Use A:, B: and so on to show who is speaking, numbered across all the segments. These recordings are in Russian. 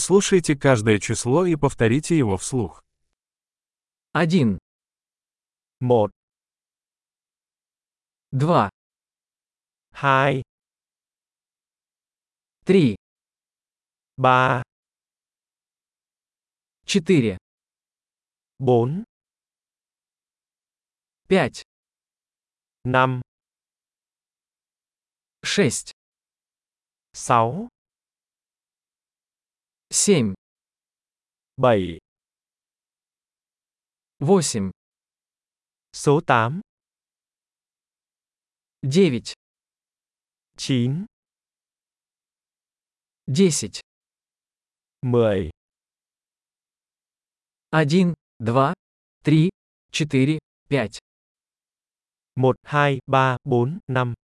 A: Прослушайте каждое число и повторите его вслух.
B: Один,
C: một,
B: два,
C: hai,
B: три,
C: ba,
B: четыре,
C: bốn,
B: пять,
C: năm,
B: шесть,
C: sáu,
B: семь,
C: bảy,
B: восемь,
C: số 8,
B: девять,
C: 9,
B: десять,
C: 10,
B: один, два, три, четыре, пять,
C: 1, 2, 3, 4, 5,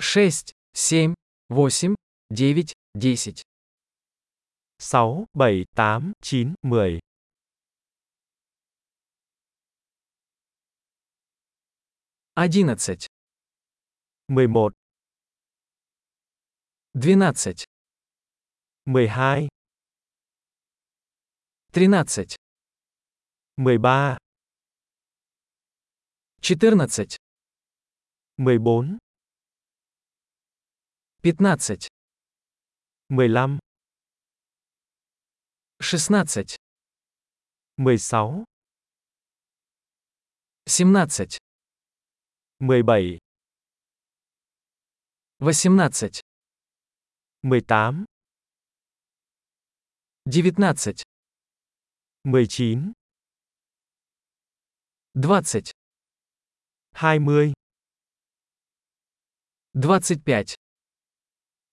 B: шесть, семь, восемь, девять, десять,
C: 6, 7, 8, 9, 10,
B: одиннадцать,
C: 11,
B: двенадцать,
C: 12,
B: тринадцать,
C: 13,
B: четырнадцать,
C: 14,
B: пятнадцать,
C: 15,
B: шестнадцать,
C: 16,
B: семнадцать,
C: 17,
B: восемнадцать,
C: 18,
B: девятнадцать,
C: 19,
B: двадцать,
C: 20,
B: двадцать пять,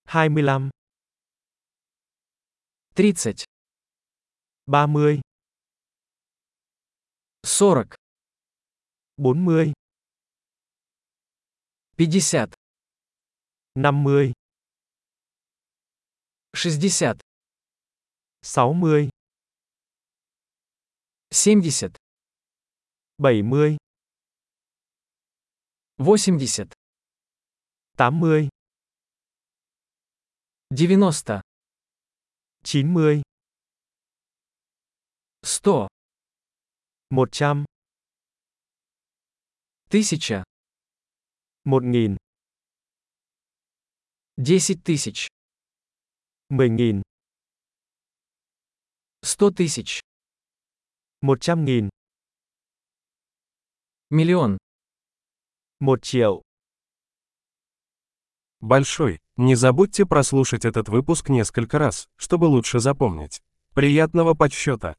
C: 25,
B: тридцать,
C: 30,
B: сорок,
C: 40,
B: пятьдесят,
C: 50,
B: шестьдесят,
C: 60,
B: семьдесят,
C: 70,
B: восемьдесят,
C: 80,
B: девяносто,
C: 90,
B: сто,
C: 100,
B: тысяча,
C: 1000,
B: десять тысяч,
C: 10.000,
B: сто тысяч,
C: 100.000,
B: миллион.
C: 1 triệu.
A: Большой. Не забудьте прослушать этот выпуск несколько раз, чтобы лучше запомнить. Приятного подсчета!